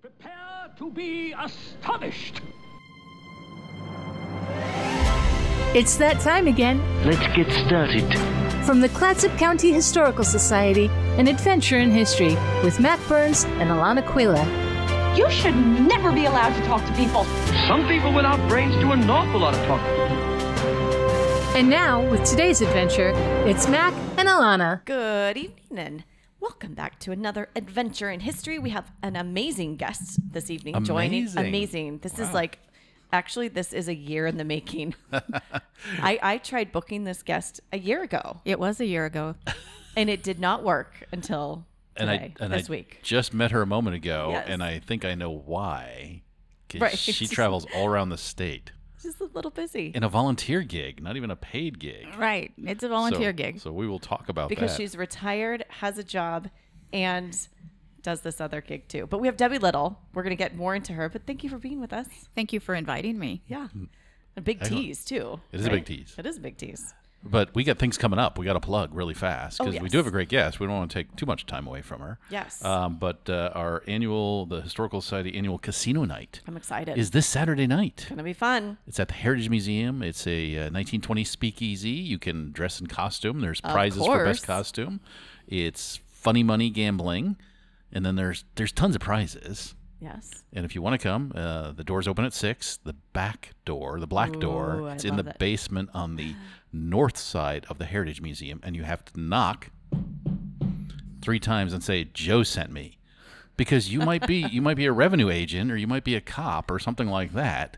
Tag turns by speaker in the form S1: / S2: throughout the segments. S1: Prepare to be astonished.
S2: It's that time again.
S3: Let's get started.
S2: From the Clatsop County Historical Society, an adventure in history with Matt Burns and Alana Quila.
S4: You should never be allowed to talk to people.
S3: Some people without brains do an awful lot of talking.
S2: And now, with today's adventure, it's Mac and Alana.
S4: Good evening and welcome back to another adventure in history. We have an amazing guest this evening joining.
S5: Amazing.
S4: Amazing. This is like actually this is a year in the making. I, I tried booking this guest a year ago
S6: It was a year ago.
S4: and it did not work until
S5: and
S4: today,
S5: I and
S4: this
S5: I
S4: week.
S5: just met her a moment ago,
S4: Yes.
S5: and I think I know why. 'Cause
S4: Right.
S5: She travels all around the state
S4: Just a little busy.
S5: in a volunteer gig, not even a paid gig.
S6: Right. It's a
S5: So-
S6: volunteer gig.
S5: So we will talk about
S4: because
S5: that.
S4: she's retired, has a job, and does this other gig too. But we have Debbie Little. We're gonna get more into her, but thank you for being with us.
S6: Thank you for inviting me.
S4: Yeah. A big
S5: Hmm. Excellent.
S4: tease too.
S5: It is a big tease.
S4: It is a big tease.
S5: But we got things coming up. We got to plug really fast because we
S4: Oh, yes.
S5: do have a great guest. We don't want to take too much time away from her.
S4: Yes.
S5: Um, but uh, our annual, the Historical Society annual casino night
S4: I'm excited.
S5: is this Saturday night.
S4: gonna be fun.
S5: It's at the Heritage Museum. It's a uh, 1920 speakeasy. You can dress in costume. There's prizes for best
S4: course.
S5: costume. It's funny money gambling, and then there's there's tons of prizes.
S4: Yes.
S5: And if you want to come, uh, the doors open at six. The back door, the black door,
S4: Ooh, I
S5: it's in the
S4: love it.
S5: basement on the north side of the Heritage Museum, and you have to knock three times and say Joe sent me, because you might be you might be a revenue agent or you might be a cop or something like that,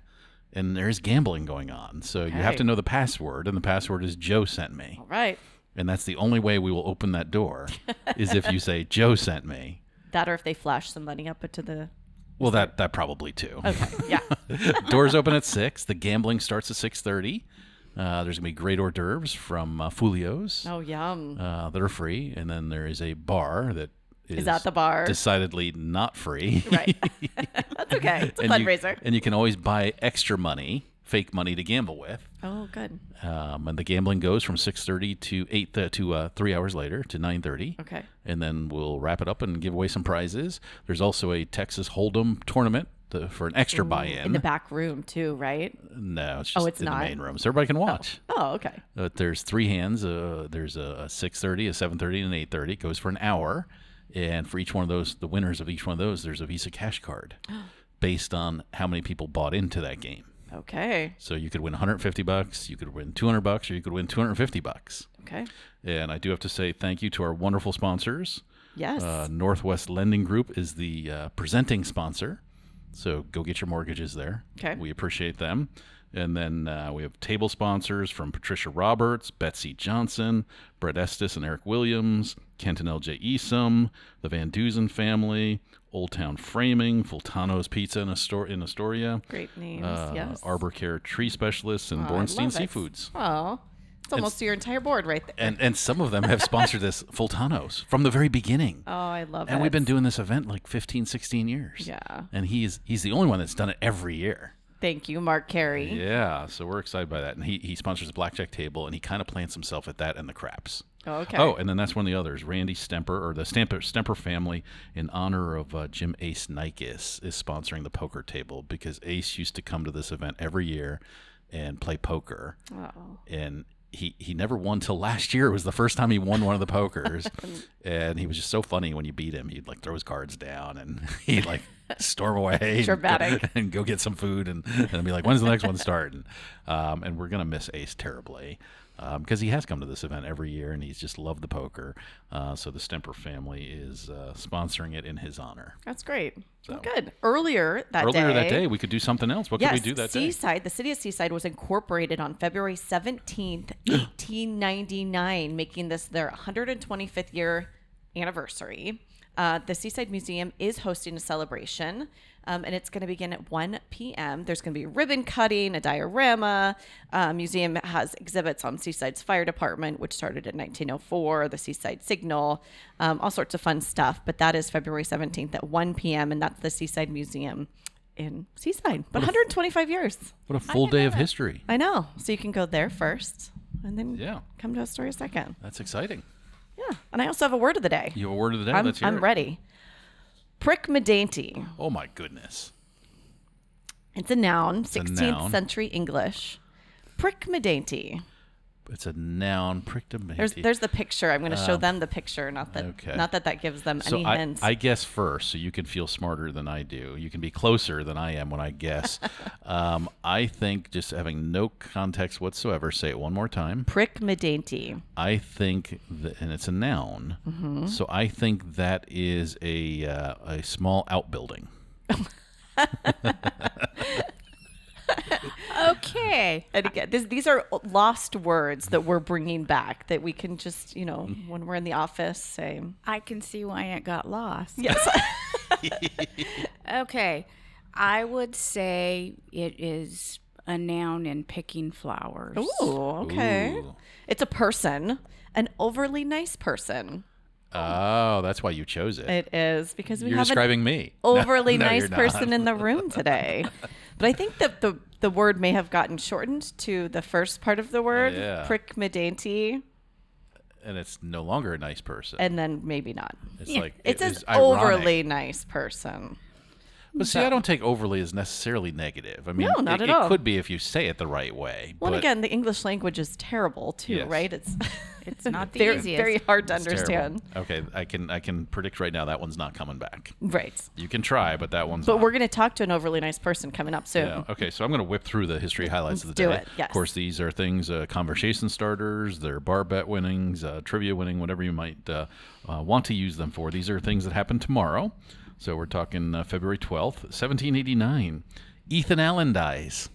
S5: and there is gambling going on. So you have to know the password, and the password is Joe sent me,
S4: All right.
S5: and that's the only way we will open that door, is if you say Joe sent me.
S4: That or if they flash some money up into the
S5: Well, that that probably too.
S4: Yeah.
S5: Doors open at six. The gambling starts at six thirty. Uh, there's gonna be great hors d'oeuvres from uh, Fulio's
S4: Oh yum.
S5: uh, that are free, and then there is a bar that is,
S4: that the bar?
S5: decidedly not free.
S4: Right. That's okay. It's a
S5: and
S4: fundraiser.
S5: You, and you can always buy extra money, fake money to gamble with.
S4: oh good.
S5: Um, and the gambling goes from six thirty to eight th- to uh, three hours later to nine thirty.
S4: Okay.
S5: And then we'll wrap it up and give away some prizes. There's also a Texas Hold'em tournament to, for an extra buy-in.
S4: In the back room too, right?
S5: No, it's just
S4: Oh, it's
S5: in
S4: not?
S5: the main room, so everybody can watch.
S4: Oh, okay.
S5: Uh, there's three hands. Uh, there's a, a 6:30, a 7:30, and an 8:30. It goes for an hour, and for each one of those, the winners of each one of those, there's a Visa cash card, based on how many people bought into that game.
S4: Okay.
S5: So you could win 150 bucks, you could win 200 bucks, or you could win 250 bucks.
S4: Okay.
S5: And I do have to say thank you to our wonderful sponsors.
S4: Yes.
S5: Uh, Northwest Lending Group is the uh, presenting sponsor. So go get your mortgages there.
S4: Okay.
S5: We appreciate them. And then uh, we have table sponsors from Patricia Roberts, Betsy Johnson, Brett Estes and Eric Williams, Kenton L.J. Esom, the Van Dusen family, Old Town Framing, Fultano's Pizza in, Astor- in Astoria,
S4: Great names.
S5: uh,
S4: yes.
S5: Arbor Care Tree Specialists, and
S4: Oh, I
S5: Bornstein
S4: love it.
S5: Seafoods.
S4: Oh. It's almost your entire board right there.
S5: And, and some of them have sponsored this Fultano's from the very beginning.
S4: Oh, I love it.
S5: And we've been doing this event like 15, 16 years.
S4: Yeah.
S5: And he's he's the only one that's done it every year.
S4: Thank you, Mark Carey.
S5: Yeah. So we're excited by that. And he, he sponsors a blackjack table and he kind of plants himself at that and the craps.
S4: Okay.
S5: Oh, and then that's one of the others. Randy Stemper or the Stemper, Stemper family, in honor of uh, Jim Ace Nikis, is sponsoring the poker table because Ace used to come to this event every year and play poker.
S4: Oh.
S5: And he, he never won till last year. It was the first time he won one of the pokers. and he was just so funny when you beat him. He'd like throw his cards down and he'd like storm away and go-
S4: Dramatic.
S5: and go, get some food and, and be like, when's the next one starting? Um, and we're going to miss Ace terribly because he has come to this event every year and he's just loved the poker. Uh, so the Stemper family is uh, sponsoring it in his honor.
S4: That's great. Well, good. Earlier that day.
S5: Earlier that day, we could do something else. What
S4: yes,
S5: could we do that day?
S4: Seaside, the city of Seaside was incorporated on February 17th, 1899, making this their 125th year anniversary. Uh, the Seaside Museum is hosting a celebration, um, and it's going to begin at 1 p.m. There's going to be ribbon cutting, a diorama. Uh, museum has exhibits on Seaside's fire department, which started in 1904, the Seaside Signal, um, all sorts of fun stuff. But that is February 17th at 1 p.m., and that's the Seaside Museum in Seaside. But 125 years.
S5: What a full day of history.
S4: I know. So you can go there first and then
S5: Yeah.
S4: come to Astoria second.
S5: That's exciting.
S4: Yeah. And I also have a word of the day.
S5: You have a word of the day.
S4: I'm,
S5: Let's hear
S4: I'm
S5: it.
S4: ready. Prick Medainty.
S5: Oh my goodness.
S4: It's a noun, 16th
S5: noun.
S4: century English. Prick Medainty.
S5: It's a noun. Prictomanty.
S4: There's there's the picture. I'm going to show them the picture. Not that
S5: Ah. okay.
S4: not that that gives them
S5: so
S4: any
S5: I,
S4: hints.
S5: I guess first, so you can feel smarter than I do. You can be closer than I am when I guess. um, I think just having no context whatsoever. Say it one more time.
S4: Prick Medainty.
S5: I think, that, and it's a noun.
S4: Mm-hmm.
S5: So I think that is a uh, a small outbuilding.
S6: Okay.
S4: And again, this, these are lost words that we're bringing back that we can just, you know,
S5: Mm.
S4: when we're in the office, say,
S6: I can see why it got lost.
S4: yes.
S6: Okay.
S7: I would say it is a noun in picking flowers.
S4: Ooh, "Oh, okay.
S5: Ooh.
S4: It's a person, an overly nice person.
S5: Oh, that's why you chose it.
S4: It is because we
S5: You're
S4: have
S5: describing
S4: an
S5: me. No,
S4: overly
S5: no,
S4: nice
S5: you're not.
S4: person in the room today. but I think that the the word may have gotten shortened to the first part of the word,
S5: Yeah.
S4: prick medainty,
S5: and it's no longer a nice person.
S4: and then maybe not.
S5: it's like
S4: It's
S5: it
S4: an
S5: is ironic.
S4: overly nice person.
S5: But see, I don't take overly as necessarily negative. I mean,
S4: No, not
S5: it,
S4: at all.
S5: it could be if you say it the right way.
S4: Well,
S5: but
S4: and again, the English language is terrible too,
S5: Yes.
S4: right? It's
S6: It's not the
S4: very,
S6: easiest.
S4: very hard to
S5: it's terrible.
S4: understand.
S5: Okay, I can I can predict right now that one's not coming back.
S4: Right.
S5: You can try, but that one's
S4: But
S5: not.
S4: we're going to talk to an overly nice person coming up soon.
S5: Yeah. Okay, so I'm going to whip through the history highlights of the
S4: do
S5: day.
S4: it, yes.
S5: Of course, these are things uh, conversation starters, they're bar bet winnings, uh, trivia winning, whatever you might uh, uh, want to use them for. These are things that happen tomorrow. So we're talking uh, February 12th, 1789. Ethan Allen dies.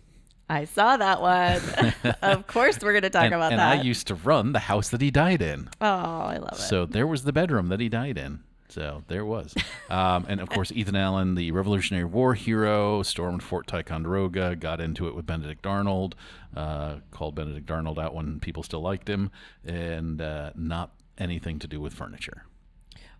S4: I saw that one. of course, we're going to talk
S5: and,
S4: about
S5: and
S4: that.
S5: I used to run the house that he died in.
S4: oh, I love it.
S5: So there was the bedroom that he died in. So there was. Um, and of course, Ethan Allen, the Revolutionary War hero, stormed Fort Ticonderoga, got into it with Benedict Arnold, uh, called Benedict Arnold out when people still liked him, and uh, not anything to do with furniture,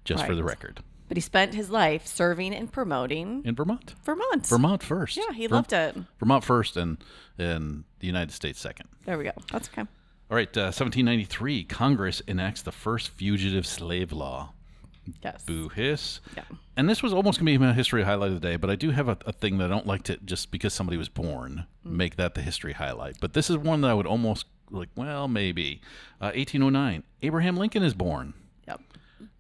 S5: just for the
S4: Right.
S5: record.
S4: But he spent his life serving and promoting
S5: In Vermont.
S4: Vermont.
S5: Vermont first.
S4: Yeah, he
S5: Ver-
S4: loved it.
S5: Vermont first and, and the United States second.
S4: There we go. That's okay.
S5: All right, uh, 1793, Congress enacts the first fugitive slave law.
S4: Yes.
S5: Boo hiss.
S4: Yeah.
S5: And this was almost going to be my history highlight of the day, but I do have a, a thing that I don't like to just because somebody was born make that the history highlight. But this is one that I would almost like, well, maybe. Uh, 1809, Abraham Lincoln is born.
S4: Yep.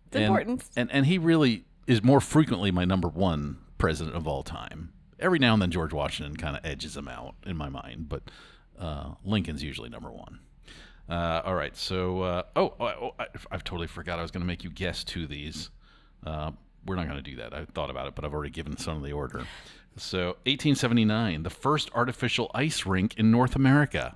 S4: It's
S5: And-
S4: important.
S5: And, and he really is more frequently my number one president of all time. Every now and then, George Washington kind of edges him out in my mind, but uh, Lincoln's usually number one. Uh, all right, so uh, oh, oh, oh, I, I've totally forgot I was going to make you guess two of these. Uh, we're not going to do that. I thought about it, but I've already given some of the order. So, 1879, the first artificial ice rink in North America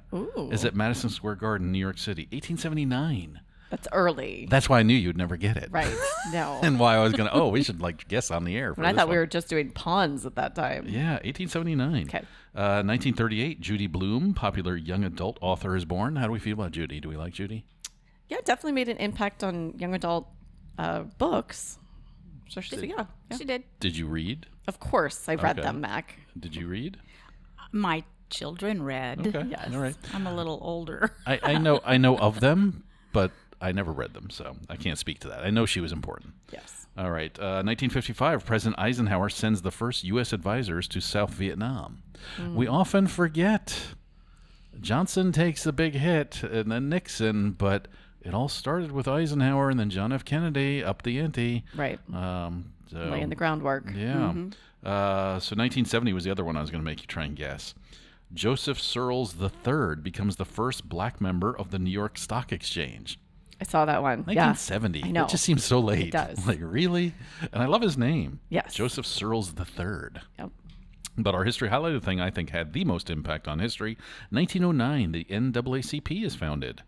S5: is at Madison Square Garden, New York City. 1879.
S4: That's early.
S5: That's why I knew you'd never get it
S4: right. No.
S5: and why I was gonna. Oh, we should like guess on the air. For
S4: When I
S5: this
S4: thought we
S5: one.
S4: were just doing pawns at that time.
S5: Yeah, 1879.
S4: Okay.
S5: Uh, 1938. Judy Bloom, popular young adult author, is born. How do we feel about Judy? Do we like Judy?
S4: Yeah, it definitely made an impact on young adult uh, books. So she's, yeah, yeah.
S6: She did.
S5: Did you read?
S4: Of course, I read
S5: Okay.
S4: them, Mac.
S5: Did you read?
S6: My children read.
S5: Okay. Yes. All right.
S6: I'm a little older.
S5: I, I know I know of them, but I never read them, so I can't speak to that. I know she was important.
S4: Yes.
S5: All right. Uh, 1955, President Eisenhower sends the first U.S. advisors to South Vietnam.
S4: Hmm.
S5: We often forget Johnson takes the big hit and then Nixon, but it all started with Eisenhower and then John F. Kennedy up the ante.
S4: Right.
S5: Um, so,
S4: Laying the groundwork.
S5: Yeah.
S4: Mm-hmm.
S5: Uh, so 1970 was the other one I was going to make you try and guess. Joseph Searles III becomes the first black member of the New York Stock Exchange.
S4: I saw that one. Yeah.
S5: 1970.
S4: I know.
S5: It just seems so late.
S4: does.
S5: Like really, and I love his name.
S4: Yes.
S5: Joseph Searles the Third.
S4: Yep.
S5: But our history highlighted thing I think had the most impact on history. 1909, the NAACP is founded.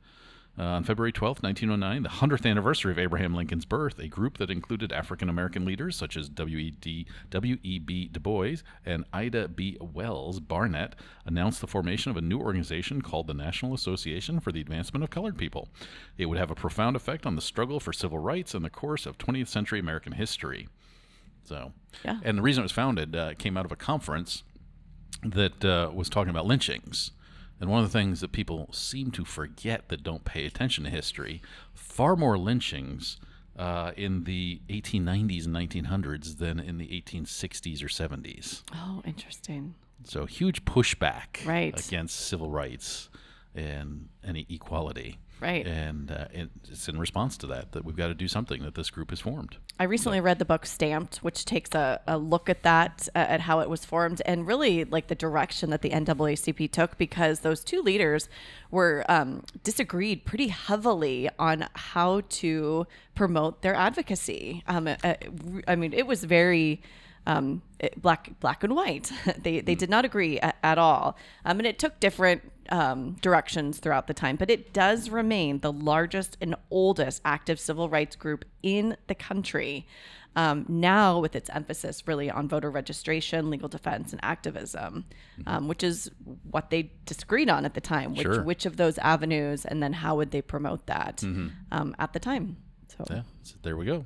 S5: Uh, on February 12th, 1909, the 100th anniversary of Abraham Lincoln's birth, a group that included African American leaders such as E W.E.D. W.E.B. E Du Bois and Ida B. Wells Barnett announced the formation of a new organization called the National Association for the Advancement of Colored People. It would have a profound effect on the struggle for civil rights in the course of 20th century American history. So,
S4: Yeah.
S5: and the reason it was founded uh, came out of a conference that uh, was talking about lynchings. And one of the things that people seem to forget that don't pay attention to history, far more lynchings uh, in the 1890s and 1900s than in the 1860s or 70s.
S4: Oh, interesting.
S5: So huge pushback
S4: Right.
S5: against civil rights and any equality.
S4: Right.
S5: And uh, it, it's in response to that that we've got to do something that this group has formed.
S4: I recently read the book Stamped, which takes a, a look at that, uh, at how it was formed, and really like the direction that the NAACP took because those two leaders were um, disagreed pretty heavily on how to promote their advocacy. Um, uh, re- I mean, it was very um, it- black black and white. they they did not agree a, at all, um, and it took different um, directions throughout the time, but it does remain the largest and oldest active civil rights group in the country. Um, now, with its emphasis really on voter registration, legal defense, and activism, um, which is what they disagreed on at the time, which,
S5: Mm-hmm. Sure.
S4: which of those avenues, and then how would they promote that um, at the time? So, yeah,
S5: Mm-hmm. Yeah. So there we go.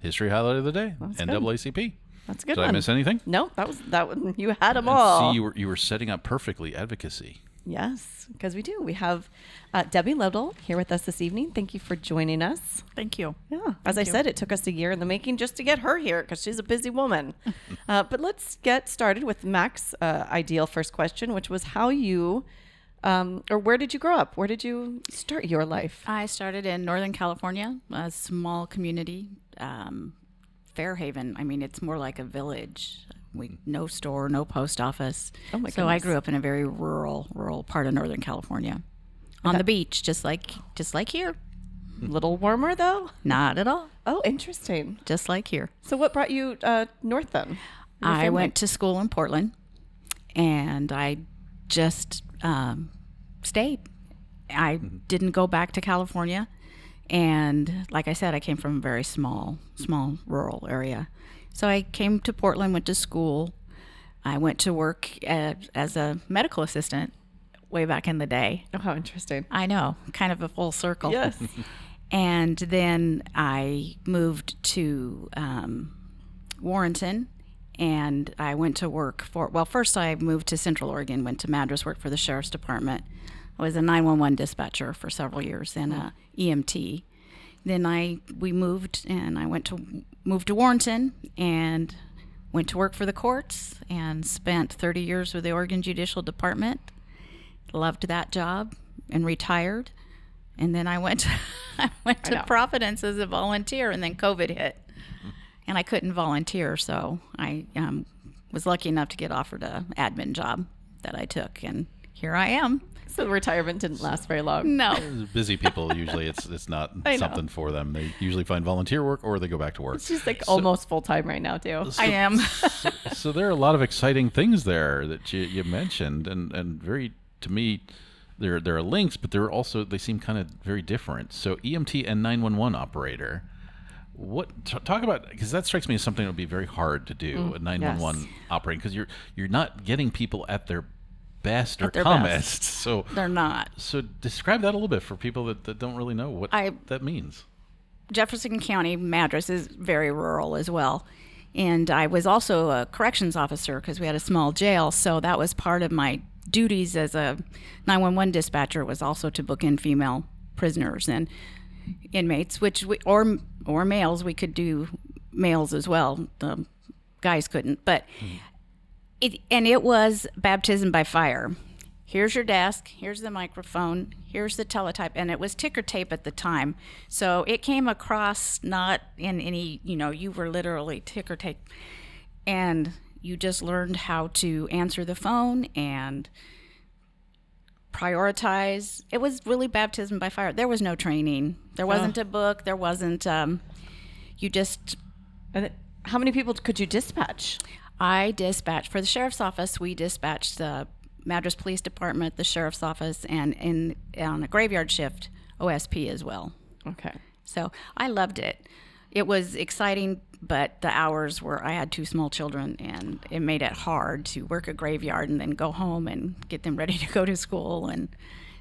S5: History highlight of the day. NAACP.
S4: that's a good.
S5: Did
S4: one.
S5: I miss anything?
S4: No, that was that one. You had them all.
S5: And see, you were you were setting up perfectly advocacy.
S4: Yes, because we do. We have uh, Debbie Little here with us this evening. Thank you for joining us.
S6: Thank you.
S4: Yeah, as I said, it took us a year in the making just to get her here because she's a busy woman. uh, but let's get started with Mac's uh, ideal first question, which was how you, um, or where did you grow up? Where did you start your life?
S6: I started in Northern California, a small community, um, Fairhaven. I mean, it's more like a village. We no store, no post office. Oh
S4: my
S6: so I
S4: goodness.
S6: grew up in a very rural, rural part of Northern California, on the beach, just like just like here.
S4: A little warmer though.
S6: Not at all,
S4: Oh, interesting.
S6: just like here.
S4: So what brought you uh, north then?
S6: I went to school in Portland, and I just um, stayed. I didn't go back to California, and like I said, I came from a very small, small rural area. So I came to Portland, went to school. I went to work at, as a medical assistant way back in the day.
S4: Oh, how interesting.
S6: I know, kind of a full circle.
S4: Yes.
S6: And then I moved to um, Warrenton and I went to work for, well, first I moved to Central Oregon, went to Madras, worked for the Sheriff's Department. I was a 911 dispatcher for several years uh, and a EMT. Then I we moved and I went to moved to Warrenton and went to work for the courts and spent 30 years with the Oregon Judicial Department. Loved that job and retired. And then I went I went to Providence as a volunteer, and then COVID hit, and I couldn't volunteer, so I um, was lucky enough to get offered a admin job that I took, and here I am.
S4: so retirement didn't last very long.
S6: No,
S5: Busy people usually it's it's not
S4: I know.
S5: something for them. They usually find volunteer work or they go back to work.
S4: She's like almost full time right now too.
S6: I am.
S5: so there are a lot of exciting things there that you, you mentioned and and very to me there there are links but there are also they seem kind of very different so emt and 911 operator what t- talk about because that strikes me as something that would be very hard to do a 911 operating because you're you're not getting people at their best or
S6: their
S5: calmest
S6: best.
S5: so
S6: They're not.
S5: so describe that a little bit for people that, that don't really know what
S6: I-
S5: that means
S6: Jefferson County, Madras is very rural as well. And I was also a corrections officer because we had a small jail. So that was part of my duties as a 911 dispatcher was also to book in female prisoners and inmates, which we, or or males. We could do males as well. The guys couldn't, but it and it was baptism by fire. Here's your desk. Here's the microphone. Here's the teletype, and it was ticker tape at the time, so it came across not in any. You know, you were literally ticker tape, and you just learned how to answer the phone and prioritize. It was really baptism by fire. There was no training. There wasn't a book. There wasn't. Um, you just
S4: And it- how many people could you dispatch?
S6: I dispatched for the sheriff's office. We dispatched the Madras Police Department, the sheriff's office, and in on a graveyard shift, OSP as well.
S4: Okay.
S6: So I loved it. It was exciting, but the hours were. I had two small children, and it made it hard to work a graveyard and then go home and get them ready to go to school. And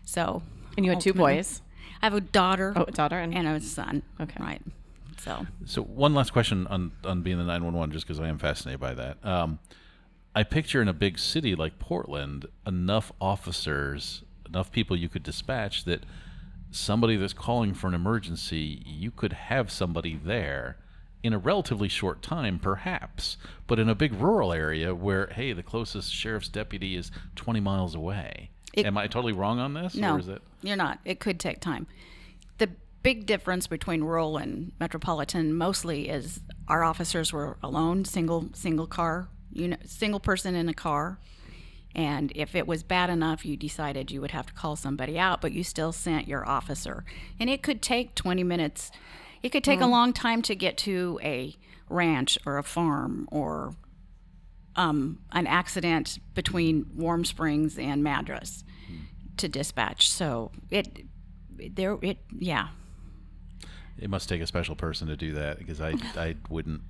S6: so,
S4: And you had two
S6: ultimately-
S4: boys.
S6: I have a daughter,
S4: Oh, a daughter and-
S6: and a son. Okay, right. So
S5: So one last question on on being the nine one one, just because I am fascinated by that. Um, I picture in a big city like Portland, enough officers, enough people you could dispatch that somebody that's calling for an emergency, you could have somebody there in a relatively short time, perhaps. But in a big rural area where, hey, the closest sheriff's deputy is 20 miles away.
S6: It-
S5: Am I totally wrong on this?
S6: No,
S5: Or is it?
S6: you're not. It could take time. The big difference between rural and metropolitan mostly is our officers were alone, single single car, you know, single person in a car. And if it was bad enough, you decided you would have to call somebody out, but you still sent your officer. And it could take 20 minutes. It could take a long time to get to a ranch or a farm or um, an accident between Warm Springs and Madras to dispatch. So it there it yeah.
S5: It must take a special person to do that because I, I wouldn't.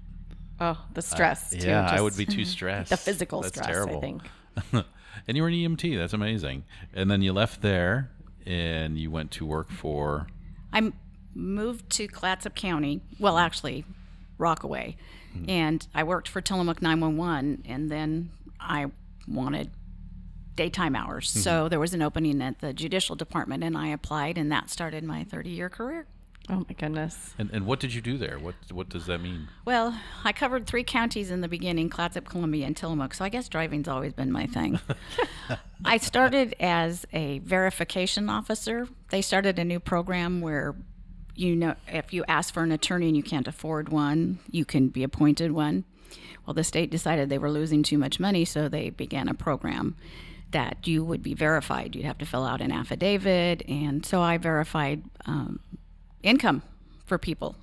S4: Oh, the stress. too,
S5: Uh, yeah, I
S4: just
S5: would be too stressed.
S4: the physical
S5: That's
S4: stress.
S5: terrible.
S4: I think.
S5: and you were an EMT. That's amazing. And then you left there and you went to work for.
S6: I m- moved to Clatsop County. Well, actually Rockaway. And I worked for Tillamook 911 and then I wanted daytime hours. So there was an opening at the judicial department and I applied and that started my 30-year career.
S4: Oh my goodness.
S5: And, and what did you do there? What what does that mean?
S6: Well, I covered three counties in the beginning Clatsop, Columbia, and Tillamook. So I guess driving's always been my thing. I started as a verification officer. They started a new program where you know if you ask for an attorney and you can't afford one, you can be appointed one. Well, the state decided they were losing too much money, so they began a program that you would be verified. You'd have to fill out an affidavit, and so I verified um, income for people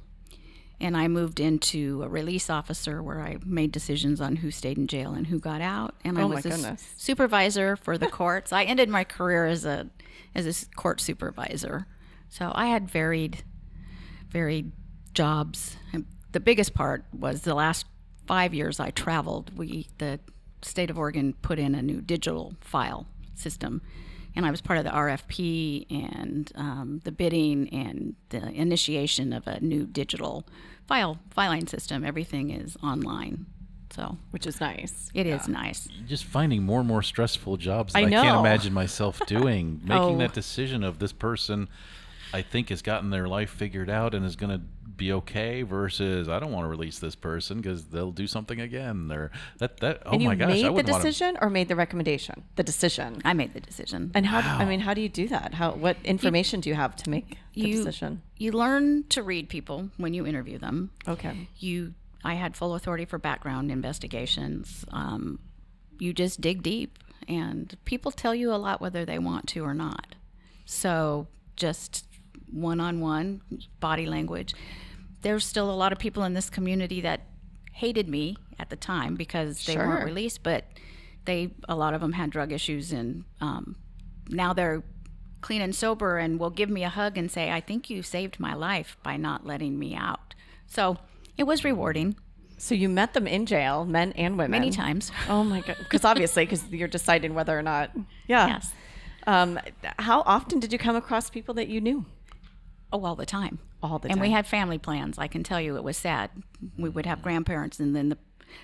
S6: and I moved into a release officer where I made decisions on who stayed in jail and who got out. And I
S4: Oh, my
S6: was a s-
S4: goodness.
S6: supervisor for the courts. I ended my career as a as a s- court supervisor. So I had varied varied jobs. And the biggest part was the last five years I traveled. We the state of Oregon put in a new digital file system, and I was part of the RFP and um, the bidding and the initiation of a new digital file filing system. Everything is online, so
S4: Which is nice.
S6: it is nice.
S5: Just finding more and more stressful jobs that
S4: I
S5: I, can't
S4: know.
S5: imagine myself doing. Making
S4: Oh.
S5: that decision of this person I think has gotten their life figured out and is going to be okay versus I don't want to release this person because they'll do something again or that that oh
S4: and you
S5: my gosh
S4: made
S5: I
S4: the
S5: would
S4: decision or made the recommendation? The decision.
S6: I made the decision.
S4: And how? I mean, how do you do that? How? What information do you have to make the
S6: you-
S4: decision?
S6: You learn to read people when you interview them.
S4: Okay.
S6: you i had full authority for background investigations um, you just dig deep and people tell you a lot whether they want to or not so just one-on-one body language there's still a lot of people in this community that hated me at the time because they weren't
S4: Sure.
S6: released but they a lot of them had drug issues and um, now they're clean and sober and will give me a hug and say, I think you saved my life by not letting me out. So it was rewarding
S4: So you met them in jail, men and women.
S6: many times.
S4: Oh my god! Because obviously, because you're deciding whether or not. Yeah.
S6: Yes.
S4: Um, how often did you come across people that you knew?
S6: Oh, all the time.
S4: All the
S6: and we
S4: time.
S6: had family plans. I can tell you it was sad. We would have grandparents and then the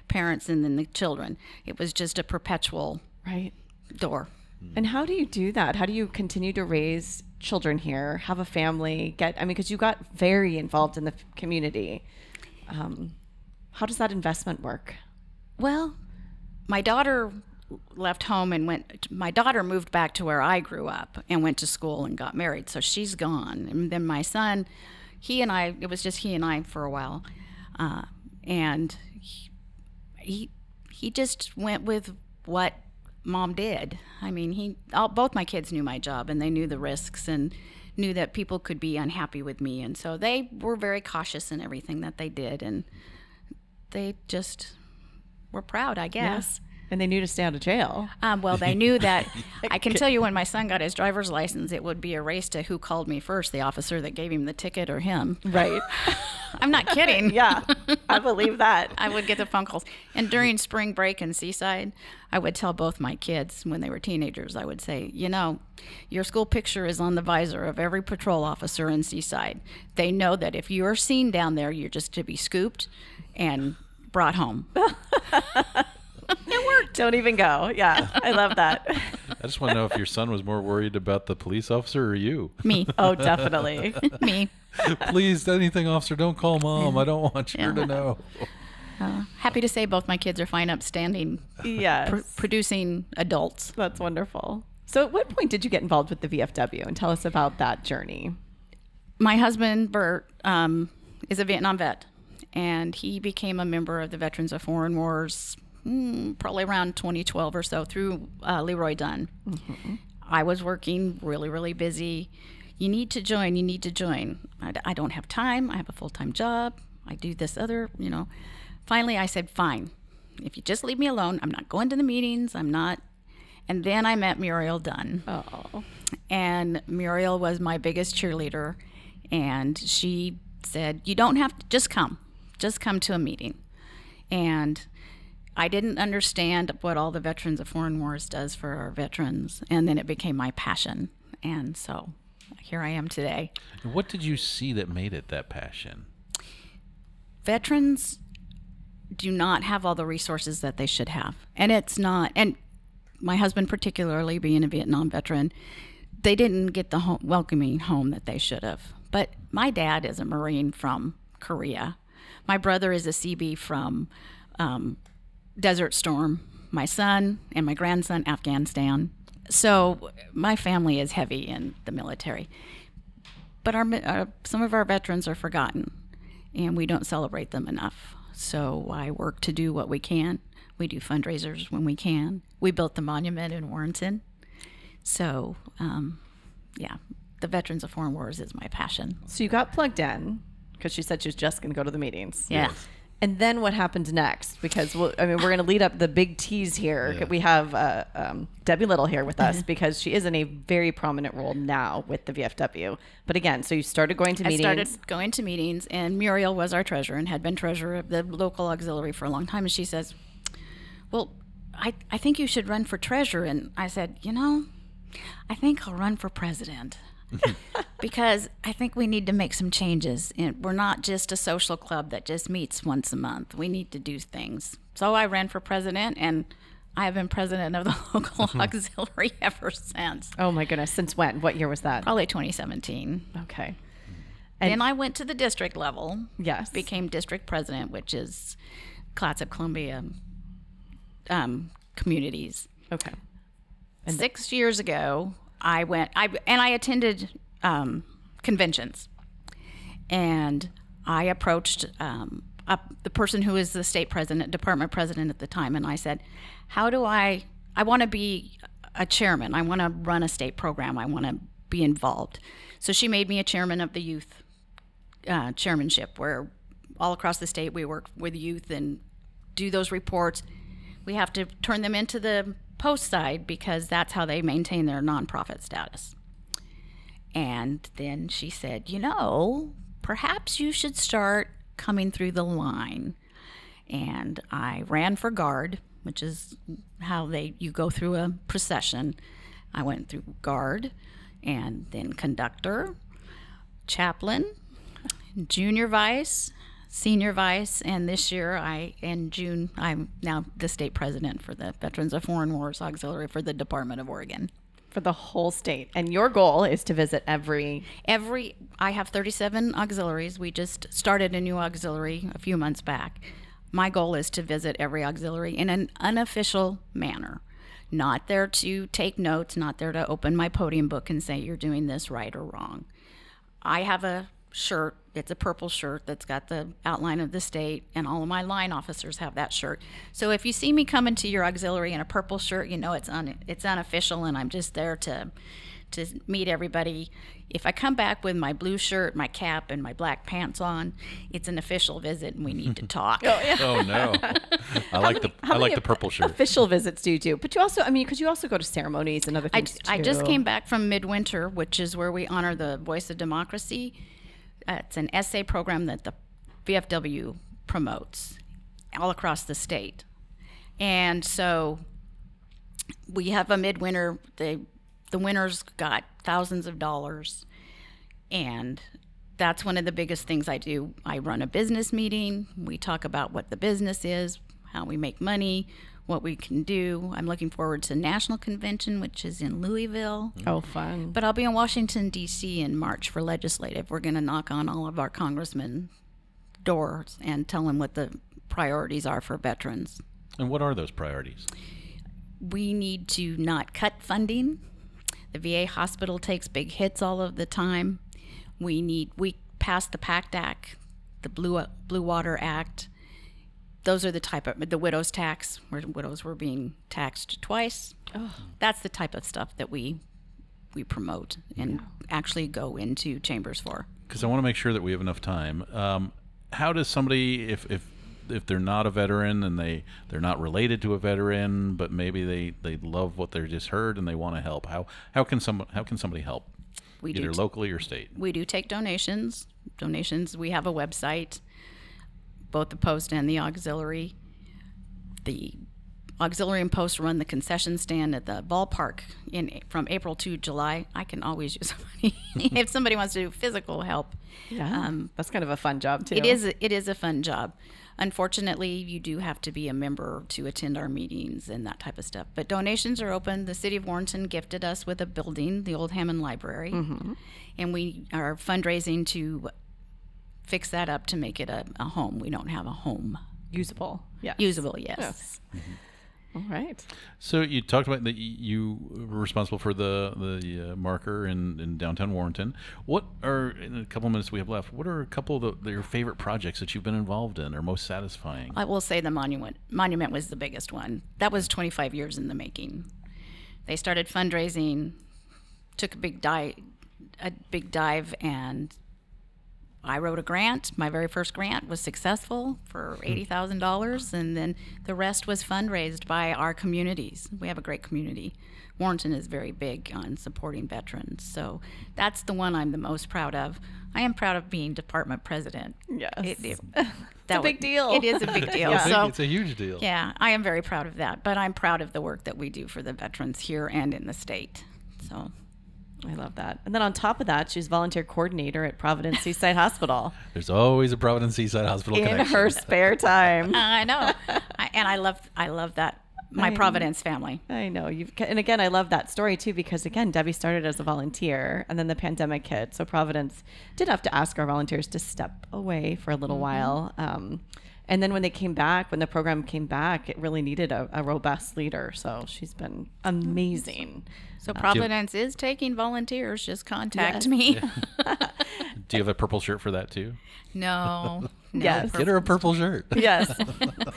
S6: parents and then the children. It was just a perpetual
S4: Right.
S6: door.
S4: And how do you do that? How do you continue to raise children here, have a family, get, I mean, because you got very involved in the f- community. Um, how does that investment work?
S6: Well, my daughter left home and went. My daughter moved back to where I grew up and went to school and got married. So she's gone. And then my son, he and I. It was just he and I for a while, uh, and he, he he just went with what mom did. I mean, he all, both my kids knew my job and they knew the risks and knew that people could be unhappy with me, and so they were very cautious in everything that they did, and they just were proud, I guess.
S4: And they knew to stay out of jail.
S6: Um, well, they knew that. I can tell you when my son got his driver's license, it would be a race to who called me first the officer that gave him the ticket or him.
S4: Right.
S6: I'm not kidding.
S4: yeah. I believe that.
S6: I would get the phone calls. And during spring break in Seaside, I would tell both my kids when they were teenagers, I would say, you know, your school picture is on the visor of every patrol officer in Seaside. They know that if you're seen down there, you're just to be scooped and brought home.
S4: Don't even go. Yeah. I love that.
S5: want I just want to know if your son was more worried about the police officer or you.
S6: Me.
S4: Oh, definitely.
S6: Me.
S5: Please, anything, officer, don't call mom. I don't want her to know.
S6: Happy to say both my kids are fine, upstanding,
S4: yes.
S6: pr- producing adults.
S4: That's wonderful. So, at what point did you get involved with the VFW and tell us about that journey?
S6: my husband Bert um, is a Vietnam vet, and he became a member of the Veterans of Foreign Wars mm, probably around 2012 or so through uh, Leroy Dunn. I was working really, really busy. You need to join. You need to join. I, d- I don't have time. I have a full time job. I do this other, you know. Finally, I said, fine. If you just leave me alone, I'm not going to the meetings. I'm not. And then I met Muriel Dunn and Muriel was my biggest cheerleader. And she said, You don't have to just come, just come to a meeting. And I didn't understand what all the Veterans of Foreign Wars does for our veterans. And then it became my passion. And so here I am today.
S5: What did you see that made it that passion?
S6: veterans do not have all the resources that they should have. And it's not, and my husband, particularly being a Vietnam veteran, they didn't get the home, welcoming home that they should have. But my dad is a Marine from Korea. My brother is a CB from um, Desert Storm. My son and my grandson, Afghanistan. So my family is heavy in the military. But our, mi- uh, some of our veterans are forgotten and we don't celebrate them enough. So I work to do what we can. We do fundraisers when we can. We built the monument in Warrenton. So, um, yeah, the Veterans of Foreign Wars is my passion.
S4: So, you got plugged in because she said she was just going to go to the meetings.
S6: Yeah.
S4: And then what happened next? Because we'll, I mean, we're going to lead up the big tease here. We have uh, um, Debbie Little here with
S6: Uh-huh.
S4: us because she is in a very prominent role now with the VFW. But again, so you started going to
S6: I
S4: meetings.
S6: started going to meetings, and Muriel was our treasurer and had been treasurer of the local auxiliary for a long time. And she says, Well, I, I think you should run for treasurer. And I said, You know, I think I'll run for president because I think we need to make some changes. And we're not just a social club that just meets once a month, we need to do things. So I ran for president, and I have been president of the local auxiliary ever since,
S4: oh my goodness. Since when? What year was that?
S6: probably 2017.
S4: Okay.
S6: then I went to the district level
S4: Yes.
S6: became district president, which is Class of Columbia um, communities.
S4: okay.
S6: Six years ago, I went. I and I attended um, conventions, and I approached um, up the person who is the state president, department president at the time, and I said, "How do I? I want to be a chairman. I want to run a state program. I want to be involved." So she made me a chairman of the youth uh, chairmanship, where all across the state we work with youth and do those reports. We have to turn them into the post side because that's how they maintain their nonprofit status. And then she said, You know, perhaps you should start coming through the line. And I ran for guard, which is how they you go through a procession. I went through guard and then conductor, chaplain, junior vice, senior vice, and this year I in June I'm now the state president for the Veterans of Foreign Wars Auxiliary for the Department of Oregon.
S4: For the whole state. And your goal is to visit every
S6: Every I have 37 auxiliaries. We just started a new auxiliary a few months back. My goal is to visit every auxiliary in an unofficial manner. Not there to take notes, not there to open my podium book and say you're doing this right or wrong. I have a shirt. It's a purple shirt that's got the outline of the state, and all of my line officers have that shirt. So if you see me coming to your auxiliary in a purple shirt, you know it's un, it's unofficial, and I'm just there to to meet everybody. If I come back with my blue shirt, my cap, and my black pants on, it's an official visit, and we need to talk.
S5: Oh no, I like the I like the purple shirt.
S4: official visits do you do? But you also, I mean, could you also go to ceremonies and other
S6: I,
S4: things?
S6: j- I just
S4: too?
S6: came back from Midwinter, which is where we honor the voice of democracy. Uh, it's an essay program that the VFW promotes all across the state. And so we have a midwinter. The, the winners got thousands of dollars. And that's one of the biggest things I do. I run a business meeting. We talk about what the business is, how we make money, what we can do. I'm looking forward to National Convention, which is in Louisville.
S4: Mm-hmm.
S8: Oh, fun.
S6: But I'll be in Washington, D.C. in March for legislative. We're going to knock on all of our congressmen doors and tell them what the priorities are for veterans.
S5: And what are those priorities?
S6: We need to not cut funding. The VA hospital takes big hits all of the time. We need we passed the PACT Act, the Blue Blue Water Act. Those are the type of the widows tax where widows were being taxed twice. That's the type of stuff that we we promote and actually go into chambers for.
S5: Because I want to make sure that we have enough time. Um, how does somebody, if if if they're not a veteran and they they're not related to a veteran, but maybe they they love what they just heard and they want to help, how how can some how can somebody help?
S6: We do
S5: Either
S6: t-
S5: locally or state.
S6: we do take donations. Donations, we have a website, both the post and the auxiliary. The auxiliary and post run the concession stand at the ballpark in from April to July. I can always use money if somebody wants to do physical help.
S4: Yeah. That's kind of a fun job, too.
S6: It is it is a fun job. Unfortunately, you do have to be a member to attend our meetings and that type of stuff. But donations are open. The city of Warrenton gifted us with a building, the old Hammond Library, and we are fundraising to fix that up to make it a, a home. We don't have a home
S4: usable. Yeah.
S6: usable. Yes.
S8: All right.
S5: So you talked about that you were responsible for the the uh, marker in, in downtown Warrenton. What are in a couple minutes we have left? What are a couple of the, your favorite projects that you've been involved in or most satisfying?
S6: I will say the monument monument was the biggest one. That was 25 years in the making. They started fundraising, took a big dive, a big dive, and I wrote a grant. My very first grant was successful for eighty thousand dollars, and then the rest was fundraised by our communities. We have a great community. Warrenton is very big on supporting veterans, so that's the one I'm the most proud of. I am proud of being department president.
S4: Yes.
S6: It- it- that
S4: big
S6: would-
S4: deal.
S6: It is a big deal.
S5: I think
S6: So
S5: it's a huge deal.
S6: yeah, I am very proud of that, but I'm proud of the work that we do for the veterans here and in the state. So
S4: I love that. And then on top of that, she's volunteer coordinator at Providence Seaside Hospital
S5: There's always a Providence Seaside Hospital
S4: in
S5: connection.
S4: her spare time.
S6: I know, I, and I love I love that my Providence family.
S4: I know you've, and again, I love that story too because again, Debbie started as a volunteer, and then the pandemic hit, so Providence did have to ask our volunteers to step away for a
S6: Mm-hmm.
S4: little while. Um, and then when they came back, when the program came back, it really needed a, a robust leader. So she's been amazing.
S6: So Providence is taking volunteers. Just contact me.
S5: Do you have a purple shirt for that too?
S6: No, no.
S4: Yes.
S5: Get her a purple shirt.
S4: Yes.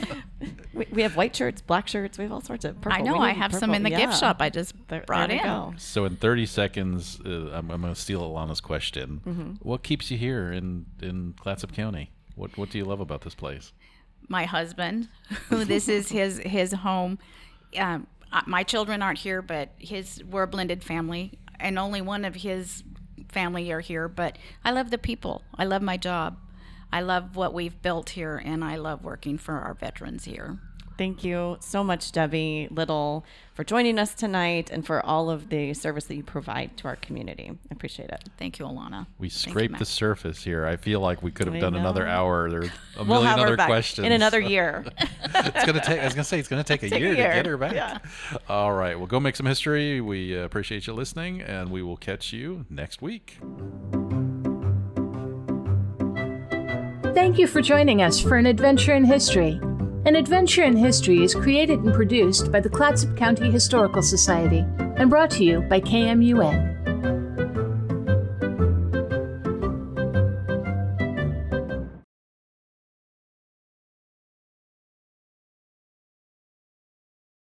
S4: we, we have white shirts, black shirts. We have all sorts of purple.
S6: I know
S4: We
S6: I
S4: need
S6: have some
S4: purple.
S6: in the
S4: Yeah.
S6: gift shop. I just brought
S4: there we
S6: in.
S4: go.
S5: So in 30 seconds, uh, I'm, I'm going to steal Alana's question. What keeps you here in in Clatsop County? What what do you love about this place?
S6: my husband, who this is his his home. Um, uh, my children aren't here, but his we're a blended family, and only one of his family are here. But I love the people. I love my job. I love what we've built here, and I love working for our veterans here.
S4: Thank you so much, Debbie Little, for joining us tonight and for all of the service that you provide to our community. I appreciate it.
S6: Thank you, Alana.
S5: We
S6: Thank you,
S5: scraped
S6: Matt.
S5: the surface here. I feel like we could have
S4: I
S5: done another
S4: know.
S5: hour. There's a
S4: We'll
S5: million
S4: have
S5: other
S4: her back
S5: questions
S4: in another year.
S5: it's gonna take. I was gonna say it's gonna take a, year,
S4: year.
S5: to get her back. All right. Well, go make some history. We uh, appreciate you listening, and we will catch you next week.
S2: Thank you for joining us for an adventure in history. An Adventure in History is created and produced by the Clatsop County Historical Society and brought to you by KMUN.